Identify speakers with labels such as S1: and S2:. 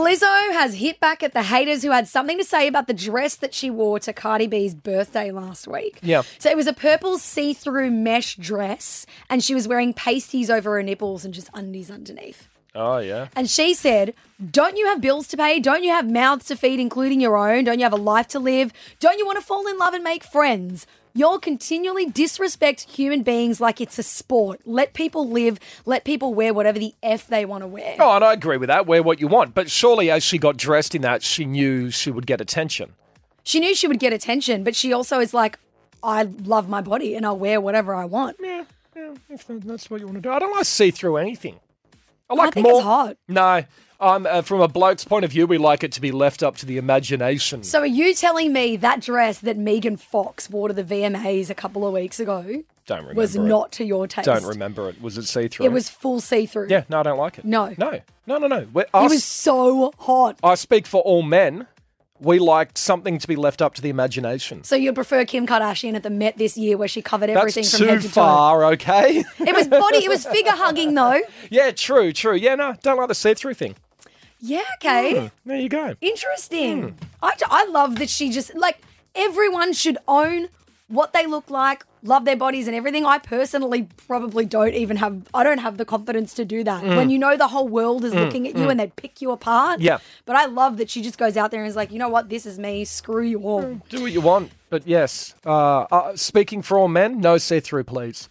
S1: Lizzo has hit back at the haters who had something to say about the dress that she wore to Cardi B's birthday last week.
S2: Yeah.
S1: So it was a purple see through mesh dress, and she was wearing pasties over her nipples and just undies underneath.
S2: Oh, yeah.
S1: And she said, Don't you have bills to pay? Don't you have mouths to feed, including your own? Don't you have a life to live? Don't you want to fall in love and make friends? Y'all continually disrespect human beings like it's a sport. Let people live, let people wear whatever the F they want to wear.
S2: Oh, and I agree with that. Wear what you want. But surely as she got dressed in that, she knew she would get attention.
S1: She knew she would get attention, but she also is like, I love my body and I'll wear whatever I want.
S2: Yeah, yeah if that's what you want to do. I don't like to see through anything. I like
S1: think
S2: more.
S1: it's hot.
S2: No. Um, uh, from a bloke's point of view, we like it to be left up to the imagination.
S1: So, are you telling me that dress that Megan Fox wore to the VMAs a couple of weeks ago
S2: don't remember.
S1: was
S2: it.
S1: not to your taste?
S2: Don't remember it. Was it see through?
S1: It was full see through.
S2: Yeah, no, I don't like it.
S1: No.
S2: No, no, no, no. We-
S1: It
S2: us-
S1: was so hot.
S2: I speak for all men. We like something to be left up to the imagination.
S1: So you'd prefer Kim Kardashian at the Met this year, where she covered
S2: That's
S1: everything from
S2: too
S1: head to
S2: far, okay?
S1: toe. It was body. It was figure hugging, though.
S2: yeah, true, true. Yeah, no, don't like the see through thing.
S1: Yeah. Okay.
S2: There you go.
S1: Interesting. I, d- I love that she just like everyone should own what they look like, love their bodies and everything. I personally probably don't even have I don't have the confidence to do that. When you know the whole world is looking at you and they'd pick you apart.
S2: Yeah.
S1: But I love that she just goes out there and is like, you know what, this is me, screw you all.
S2: Do what you want, but yes. Uh, uh, speaking for all men, no see through, please.